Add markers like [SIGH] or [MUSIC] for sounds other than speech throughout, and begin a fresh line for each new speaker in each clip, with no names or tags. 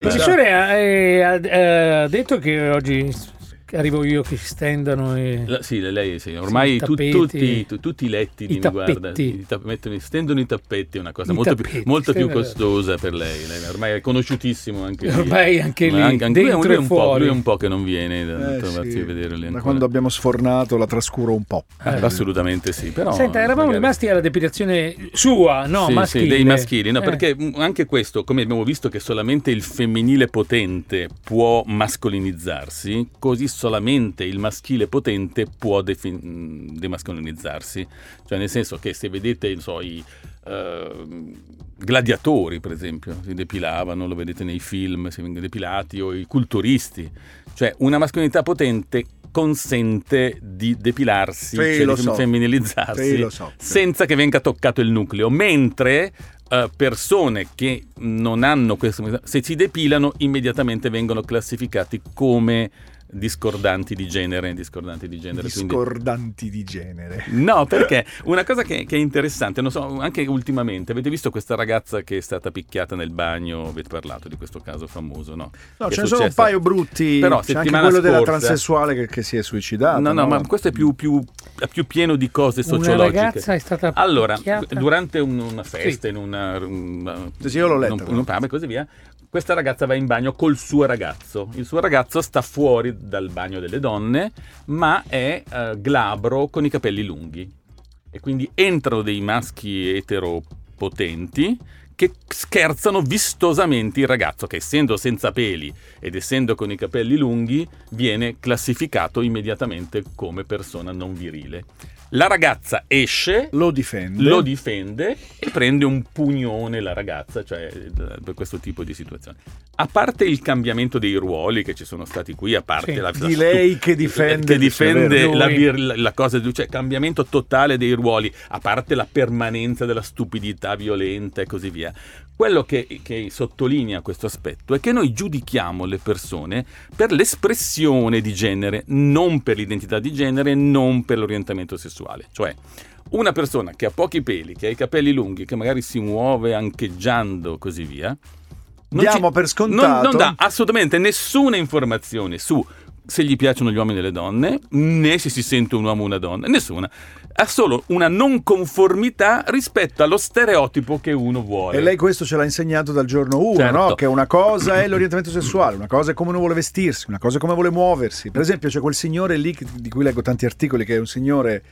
Il professore ha, eh, ha- eh, ha detto che oggi arrivo io che si stendano e...
La- sì, lei sì. Ormai
i
tu-
tappeti.
tutti, tu- tutti i letti di
I
mi guarda,
tappetti.
i tapp- mettono- stendono i tappetti, è una cosa
I
molto, più,
tappeti,
molto più
sì, è vero.
costosa per lei. Lei Ormai è conosciutissimo
[LAUGHS]
anche lì.
Ormai anche lì,
Ma anche lui, è un-
dentro
lui è
e
un po',
fuori.
lui è un po' che non viene da
Eh,
da trovarsi
sì.
a vederli
Da
ancora.
quando abbiamo sfornato la trascuro un po'.
Eh, Assolutamente sì. Però,
Senta, eravamo
magari-
rimasti alla depilazione sua, no?
Sì, sì,
maschile.
dei maschili, no,
Eh,
perché mh, anche questo, come abbiamo visto che solamente il femminile potente può mascolinizzarsi, così solamente il maschile potente può defi- mh, demascolinizzarsi. Cioè nel senso che se vedete, non so, i ehm, gladiatori per esempio, si depilavano, lo vedete nei film, si vengono depilati, o i culturisti. Cioè una mascolinità potente consente di depilarsi,
Sì,
cioè
lo
di
so.
femminilizzarsi
Sì, lo so.
senza che venga toccato il nucleo, mentre eh, persone che non hanno questo se si depilano immediatamente vengono classificati come discordanti di genere, discordanti di genere, quindi-
Discordanti di genere.
No, perché una cosa che, che è interessante, non so, anche ultimamente, avete visto questa ragazza che è stata picchiata nel bagno, avete parlato di questo caso famoso, no?
No,
Che
ce
è
ne sono un
successo?
paio brutti.
Però
C'è anche
settimana
quello della
scorsa- eh.
transessuale che, che si è suicidata.
No, no, ma questo è più, più- è più pieno di cose
Una
sociologiche.
ragazza è stata
Allora,
picchiata.
durante un- una festa, in una, un-
Sì, sì, io l'ho letto.
non- non parla e così via, questa ragazza va in bagno col suo ragazzo. Il suo ragazzo sta fuori dal bagno delle donne, ma è eh, glabro con i capelli lunghi. E quindi entrano dei maschi eteropotenti che scherzano vistosamente il ragazzo, che essendo senza peli ed essendo con i capelli lunghi, viene classificato immediatamente come persona non virile. La ragazza esce,
Lo difende.
lo difende e prende un pugnone la ragazza, cioè eh, per questo tipo di situazioni. A parte il cambiamento dei ruoli che ci sono stati qui, a parte
Sì.
la, la
Di lei che difende
che
il
difende
severo.
la,
Lui.
vir- la- la cosa, di- cioè cambiamento totale dei ruoli, a parte la permanenza della stupidità violenta e così via. Quello che, che sottolinea questo aspetto è che noi giudichiamo le persone per l'espressione di genere, non per l'identità di genere, non per l'orientamento sessuale. Cioè, una persona che ha pochi peli, che ha i capelli lunghi, che magari si muove ancheggiando e così via, non
Diamo
ci-
per scontato.
non, non dà assolutamente nessuna informazione su se gli piacciono gli uomini e le donne, né se si sente un uomo o una donna, nessuna. Ha solo una non conformità rispetto allo stereotipo che uno vuole.
E lei questo ce l'ha insegnato dal giorno 1,
Certo.
no? Che una cosa è l'orientamento sessuale, una cosa è come uno vuole vestirsi, una cosa è come vuole muoversi. Per esempio, c'è quel signore lì che- di cui leggo tanti articoli, che è un signore,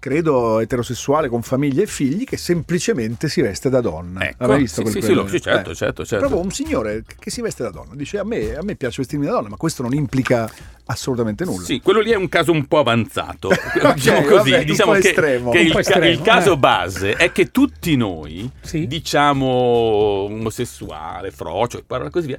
credo, eterosessuale con famiglia e figli, che semplicemente si veste da donna.
Ecco,
Aveva visto
sì,
quel
sì, sì,
quel-
lo- sì, certo,
eh.
certo, certo.
Proprio un signore che si veste da donna. Dice: a me, a me piace vestirmi da donna, ma questo non implica assolutamente nulla.
Sì, quello lì è un caso un po' avanzato.
[LAUGHS] Ok,
diciamo
vabbè,
così,
un
diciamo
po'
che,
estremo.
che
Un
il,
po'
ca-
estremo,
il caso
eh.
base è che tutti noi,
Sì.
diciamo omosessuale, frocio e parola così via,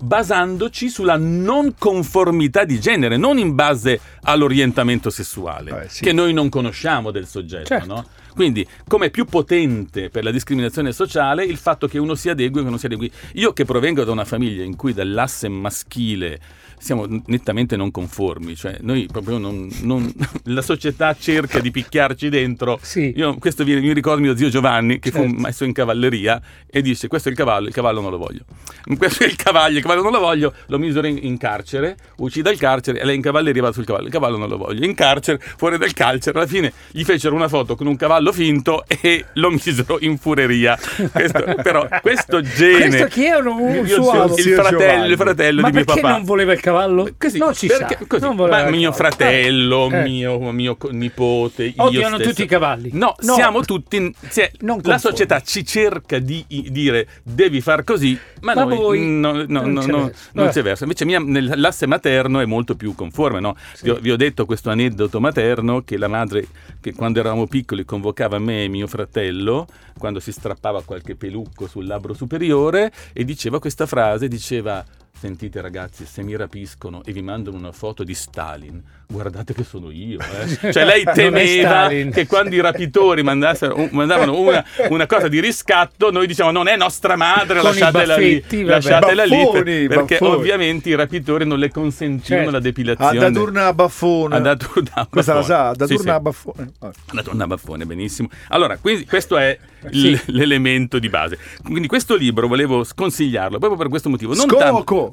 basandoci sulla non conformità di genere, non in base all'orientamento sessuale,
Eh, sì.
che noi non conosciamo del soggetto,
Certo.
no? Quindi, come più potente per la discriminazione sociale il fatto che uno si adegui o che non si adegui. Io che provengo da una famiglia in cui dall'asse maschile siamo nettamente non conformi, cioè noi proprio non, non- [LAUGHS] la società cerca di picchiarci dentro.
Sì.
Io, questo viene- mi ricordo mio zio Giovanni che fu
Certo.
messo in cavalleria e disse questo è il cavallo, il cavallo non lo voglio. [LAUGHS] Questo è il cavallo, il cavallo non lo voglio, lo misero in, in carcere, uscì dal carcere e lei in cavalleria va sul cavallo, il cavallo non lo voglio, in carcere, fuori dal carcere, alla fine gli fecero una foto con un cavallo finto [LAUGHS] e lo misero in fureria. Questo- però
[LAUGHS]
questo gene...
Questo chi era un- un
Io-
suo
il,
avo?
il fratello, il fratello
Ma
di mio
perché
papà.
non voleva il cavallo?
Così,
non si
perché-
sa.
così.
non voleva
Ma
il
mio
cavallo.
fratello,
Eh.
mio, mio co- nipote, io
Odiano
stesso.
tutti i cavalli.
No, siamo tutti. cioè,
Non
la
conformi.
società ci cerca di i- dire devi far così, ma,
Ma
noi
voi
no, no,
non
no,
c'è
no,
verso.
non
Eh.
c'è verso. Invece, mia- nel- l'asse materno è molto più conforme. no? Vi, ho, vi ho detto questo aneddoto materno che la madre, che quando eravamo piccoli, convocava me e mio fratello quando si strappava qualche pelucco sul labbro superiore e diceva questa frase: diceva. Sentite ragazzi, se mi rapiscono e vi mandano una foto di Stalin, guardate che sono io. eh." Cioè lei
Non è
temeva
Stalin.
che quando i rapitori mandassero- un- mandavano una, una cosa di riscatto, noi diciamo non è nostra madre,
Con i
lasciatela lì,
baffetti, vabbè.
lasciatela lì, per-
Baffoni,
perché
baffoni.
ovviamente i rapitori non le consentivano
Certo.
la
A
depilazione. Ah,
Dadurna Ah, a Baffone.
A Dadurna a
Questa la
Baffone.
sa, a
Sì,
Dadurna
sì.
a Baffone. Ah. Vabbè.
La donna baffone, benissimo. Allora, quindi questo è il- l'elemento di base. Quindi questo libro volevo sconsigliarlo proprio per questo motivo. Non
Scoco.
tanto- co,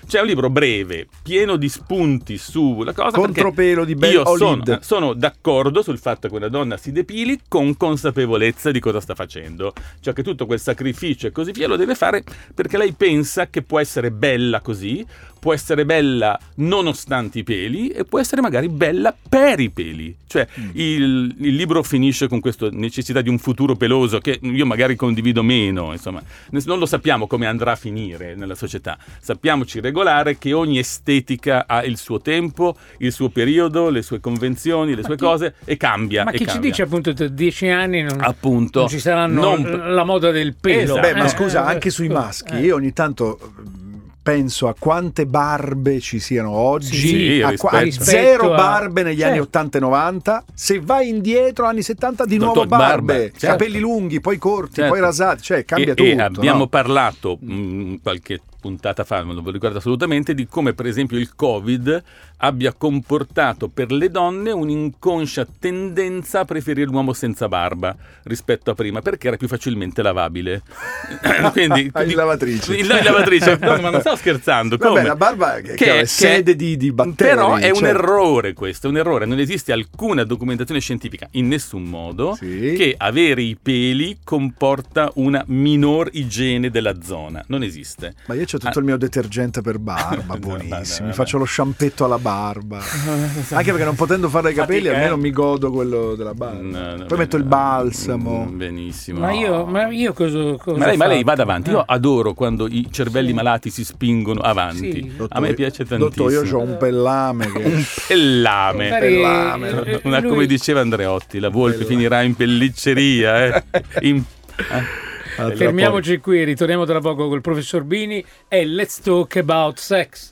C'è un libro breve, pieno di spunti sulla cosa. perché
Contropelo di Bell
Io sono,
Olid.
sono d'accordo sul fatto che una donna si depili con consapevolezza di cosa sta facendo. Cioè che tutto quel sacrificio e così via lo deve fare perché lei pensa che può essere bella così, può essere bella nonostante i peli e può essere magari bella per i peli. Cioè
Mm.
il, il libro finisce con questa necessità di un futuro peloso che io magari condivido meno, insomma, Ne- non lo sappiamo come andrà a finire nella società. Sappiamoci regolare che ogni estetica ha il suo tempo, il suo periodo, le sue convenzioni, le sue
chi-
cose e cambia.
Ma
e
chi ci
cambia.
dice appunto tra dieci anni non,
appunto
non ci saranno
non-
la moda del pelo?
Esatto.
Beh, ma
Eh,
scusa,
eh,
anche sui
scusa,
maschi,
eh.
io ogni tanto mm, penso a quante barbe ci siano oggi,
Sì,
sì,
a, qua- a
rispetto-
zero
rispetto a-
barbe negli anni
Certo.
80 e 90, se vai indietro anni 70 di nuovo
Tutto- barba,
barbe,
certo.
capelli lunghi, poi corti,
Certo.
poi rasati, cioè cambia
e,
tutto.
e abbiamo
no?
parlato mh, qualche puntata fa, non ve lo ricordo assolutamente, di come per esempio il Covid abbia comportato per le donne un'inconscia tendenza a preferire l'uomo senza barba rispetto a prima, perché era più facilmente
[LAUGHS]
lavabile. [LAUGHS] quindi,
Ah, In lavatrice.
In, in
[LAUGHS]
lavatrice. No, ma non stavo scherzando.
Vabbè,
come?
la barba è chiaro, è sede di- di batteri,
Però è un
certo.
errore questo, è un errore. Non esiste alcuna documentazione scientifica in nessun modo
Sì.
che avere i peli comporta una minor igiene della zona. Non esiste.
Ma io ho tutto
Ah.
il mio detergente per
[LAUGHS]
barba,
No,
buonissimo.
no,
Mi
no,
faccio
no. Esatto.
lo sciampetto alla
[LAUGHS]
barba. Anche perché non potendo fare i capelli,
Fatica, eh.
almeno mi godo quello della barba.
No, no,
Ah. Poi metto il
no.
balsamo.
Mm, Benissimo.
Ma io, ma io cosa, cosa
Ma lei, ma lei
faccio?
vada avanti, io
Eh.
adoro quando i cervelli
Sì.
malati si spingono avanti.
Sì.
A me piace tantissimo.
Dottore, io ho un pellame che...
[LAUGHS] Un pellame.
Magari,
Pellame,
eh,
Una,
lui-
come diceva Andreotti, la volpe
Bella.
finirà in pellicceria. eh.
[LAUGHS]
In- eh.
Ah, tra
Fermiamoci qui, ritorniamo tra poco col professor Bini e Let's Talk About Sex.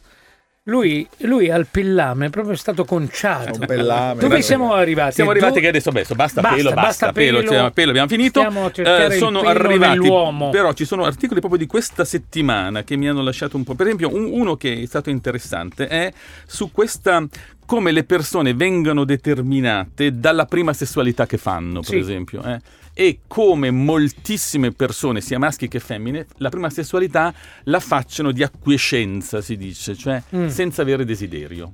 Lui, lui al pellame è proprio stato conciato.
Un pellame.
Dove siamo arrivati?
Siamo
E do-
arrivati che adesso, adesso basta,
Basta,
pelo, basta,
basta
pelo,
pelo.
cioè, pelo, abbiamo finito. Eh,
Stiamo a cercare il
sono
pelo
arrivati,
nell'uomo.
però ci sono articoli proprio di questa settimana che mi hanno lasciato un po'. Per esempio, un- uno che è stato interessante è su questa come le persone vengono determinate dalla prima sessualità che fanno, per
Sì.
esempio, eh. e come moltissime persone, sia maschi che femmine, la prima sessualità la facciano di acquiescenza, si dice, cioè
Mm.
senza avere desiderio.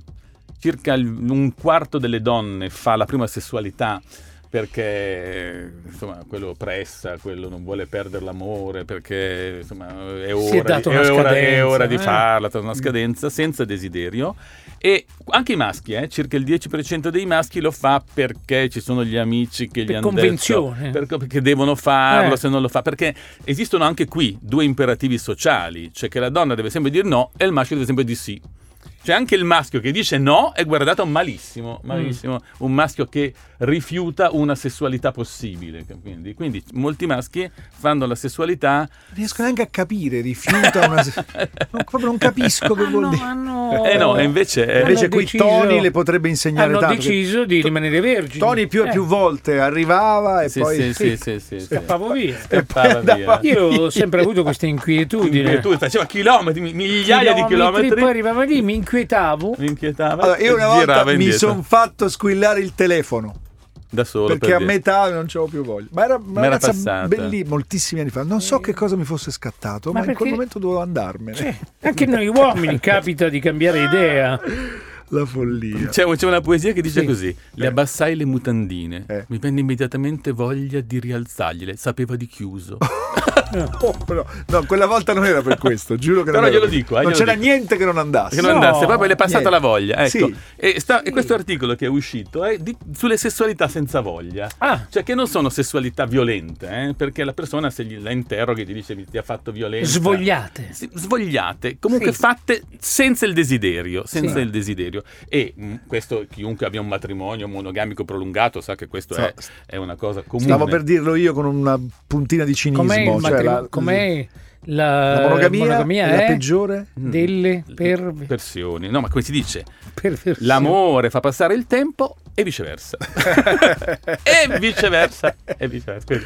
Circa il- un quarto delle donne fa la prima sessualità perché insomma, quello pressa, quello non vuole perdere l'amore, perché insomma, è,
Si è
ora,
dato
di,
una
è ora- è
scadenza,
ora di
eh.
farla, tra una scadenza, senza desiderio. E anche i maschi, eh, circa il 10% dei maschi lo fa perché ci sono gli amici che gli
Per
hanno
convenzione.
detto per- perché devono farlo
Eh.
se non lo fa, perché esistono anche qui due imperativi sociali, cioè che la donna deve sempre dire no e il maschio deve sempre dire sì. Cioè anche il maschio che dice no è guardato malissimo, malissimo, un maschio che rifiuta una sessualità possibile. Quindi, quindi molti maschi fanno la sessualità...
Non riesco neanche a capire, rifiuta una...
[LAUGHS]
non, proprio non capisco
Ah,
che vuol dire.
Hanno,
Eh no, e invece... eh,
Hanno
Invece qui
deciso-
Tony le potrebbe insegnare
hanno
tanto,
deciso di
To-
rimanere vergini.
Tony più e
Eh,
più volte arrivava e
sì,
poi...
sì, sì, sì, sì, sì.
Scappavo via.
E poi
Scappava [LAUGHS]
andava-
via.
Io ho sempre avuto questa inquietudine.
eh, Tu faceva chilometri, migliaia di chilometri.
Poi arrivavo lì, mi inquietavo.
Mi inquietava.
Allora, io una
e
volta
girava
mi
indietro.
sono fatto squillare il telefono
da solo
perché
per
a
dire.
metà non c'avevo più voglia. Ma era
Ma
una
era
ragazza
passata.
bellissima, moltissimi anni fa. Non so che cosa mi fosse scattato,
Ma
ma, in
perché-
quel momento dovevo andarmene.
Cioè, anche noi uomini capita di cambiare idea.
[LAUGHS] La follia.
C'è, c'è una poesia che dice
Sì.
così: Le abbassai le mutandine,
Eh.
mi venne immediatamente voglia di rialzargliele, sapeva di
[LAUGHS]
chiuso.
Povero. Oh, No, quella volta non era per questo, giuro che non
Però
era
glielo
per-
dico, eh,
non
glielo
c'era
dico.
niente che non andasse.
Che non
No,
andasse, proprio le è passata
niente.
la voglia. Ecco.
Sì.
E, sta- e questo articolo che è uscito è di- sulle sessualità senza voglia.
Ah,
Cioè, che non sono sessualità violente, eh, perché la persona se gli- la interroghi ti dice ti ha fatto violenza.
svogliate.
Sì, svogliate, comunque
Sì.
fatte senza il desiderio, senza
Sì.
il desiderio. E mh, questo chiunque abbia un matrimonio monogamico prolungato sa che questo è,
Sta-
è una cosa comune.
Stavo per dirlo io con una puntina di cinismo.
Com'è, il
cioè
matri-
la,
com'è la,
Eh,
la monogamia, è la
eh?
peggiore?
Mm.
delle per-
Persioni. No, ma come si dice?
perversioni.
L'amore fa passare il tempo e viceversa. [LAUGHS]
[LAUGHS]
e viceversa. E viceversa. Quindi,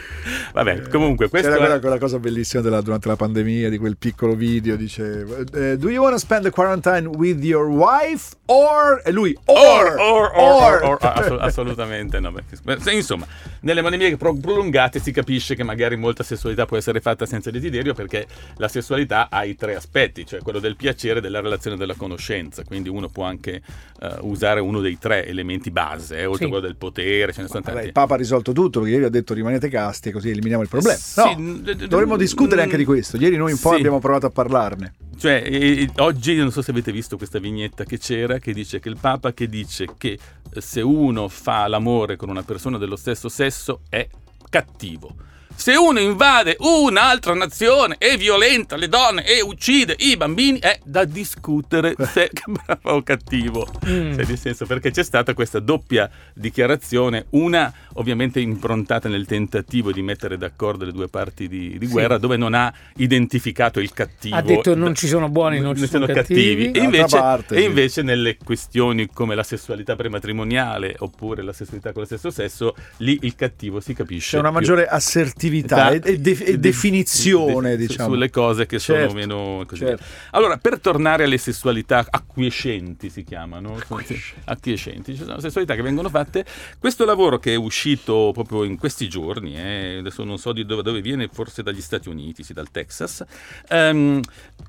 vabbè, comunque questo
Eh, C'era quella,
è...
quella cosa bellissima della- durante la pandemia di quel piccolo video, dice eh, Do you want to spend the quarantine with your wife or... E lui,
Or, or,
or,
or, or, or,
[LAUGHS] or."
ass- assolutamente no. perché- se- insomma, nelle monemie pro- prolungate si capisce che magari molta sessualità può essere fatta senza desiderio perché la sessualità ha i tre aspetti, cioè quello del piacere, della relazione e della conoscenza. Quindi uno può anche eh, usare uno dei tre elementi base, eh, oltre
Sì.
a quello del potere, ce ne sono
Vabbè,
tanti.
il Papa ha risolto tutto perché ieri ha detto rimanete casti e così eliminiamo il problema.
Sì,
No,
n- d- d-
dovremmo
d-
discutere
mm,
anche di questo. Ieri noi un po'
sì.
abbiamo provato a parlarne.
Cioè, e- e- oggi non so se avete visto questa vignetta che c'era, che dice che il Papa che dice che eh, se uno fa l'amore con una persona dello stesso sesso è cattivo. Se uno invade un'altra nazione e violenta le donne e uccide i bambini è
[LAUGHS]
da discutere se è bravo o cattivo.
Mm.
Cioè, nel senso, perché c'è stata questa doppia dichiarazione, una ovviamente improntata nel tentativo di mettere d'accordo le due parti di, di
Sì.
guerra, dove non ha identificato il cattivo
Ha detto non ci sono buoni, non ci sono cattivi.
E
D'altra
invece,
parte,
e
sì.
invece nelle questioni come la sessualità prematrimoniale oppure la sessualità con lo stesso sesso, lì il cattivo si capisce.
C'è una
più. Esatto.
maggiore assertività e, e de- e
De-
definizione,
de-
diciamo.
Sulle cose che
Certo,
sono meno così.
certo.
Allora, per tornare alle sessualità acquiescenti si chiamano, sono se- acquiescenti, ci sono sessualità che vengono fatte, questo lavoro che è uscito proprio in questi giorni, eh, adesso non so di dove, dove viene, forse dagli Stati Uniti, sì, dal Texas, ehm,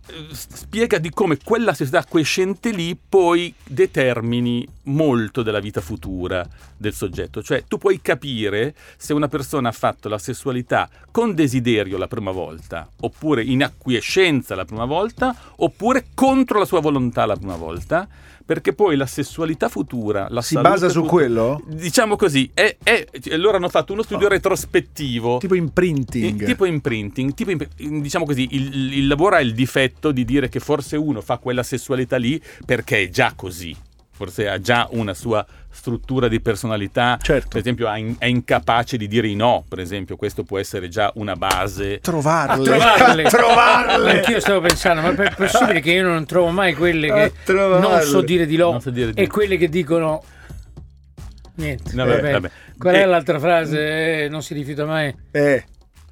eh, s- spiega di come quella società acquiescente lì poi determini molto della vita futura del soggetto, cioè tu puoi capire se una persona ha fatto la sessualità con desiderio la prima volta, oppure in acquiescenza la prima volta, oppure contro la sua volontà la prima volta, perché poi la sessualità futura, la
Si
salute
basa su
futura-
quello?
Diciamo così, è, è- e loro hanno fatto uno studio
Ah.
retrospettivo.
Tipo imprinting.
I- Eh, Tipo imprinting, tipo imp- diciamo così, il, il lavoro ha il difetto di dire che forse uno fa quella sessualità lì perché è già così, forse ha già una sua struttura di personalità, per
Certo.
esempio ha in- è incapace di dire i no, per esempio questo può essere già una base.
Eh,
A
Trovarle.
trovarle.
[LAUGHS] A trovarle.
Anch'io stavo pensando, ma è possibile che io non trovo mai quelle
A
che
trovarle.
non so dire di no
Non so dire di
e
no.
quelle che dicono niente.
Vabbè,
vabbè.
vabbè.
Qual
Eh,
è l'altra frase? Eh, non si rifiuta mai.
Eh,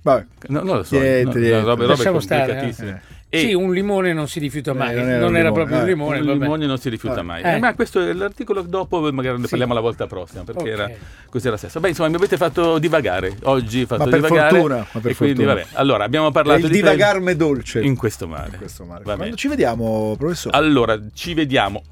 vabbè.
No, non lo so,
Niente,
no,
niente.
no, robe- robe
Lasciamo stare,
complicatissime.
eh.
E-
Sì, un limone non si rifiuta mai.
non
non
era
era,
un limone,
proprio un
eh.
limone.
il
vabbè.
limone non si rifiuta
Eh.
mai.
Eh.
Eh, ma questo è l'articolo dopo, magari ne parliamo la volta prossima, perché
Ok.
era così era la stessa. Beh, insomma, mi avete fatto divagare oggi, ho fatto
per
divagare.
fortuna, ma per
e quindi,
fortuna.
vabbè, allora abbiamo
È
parlato
il
di te-
divagarme dolce.
in questo mare.
In questo mare.
Va
Quando
bene.
ci vediamo, professore?
Allora, ci vediamo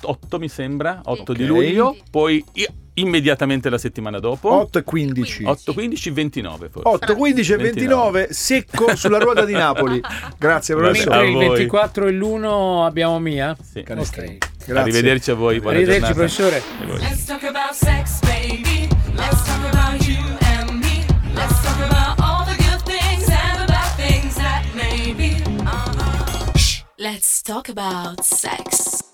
8, mi sembra, 8 di
Ok.
luglio, poi i- immediatamente la settimana dopo
8 e 15.
8, 15, 29 forse.
8, 15 e 29, secco sulla ruota di
[LAUGHS]
Napoli. Grazie,
Vabbè,
professore.
a
Mentre il
voi.
24 e l'1 abbiamo mia.
Sì.
Ok.
Grazie.
Arrivederci a voi, buona
Arrivederci,
giornata.
professore.
E voi.
Let's talk about sex, baby. Let's talk about you and me. Let's talk about all the good things and the bad things that may be. Uh-huh. Let's talk about sex.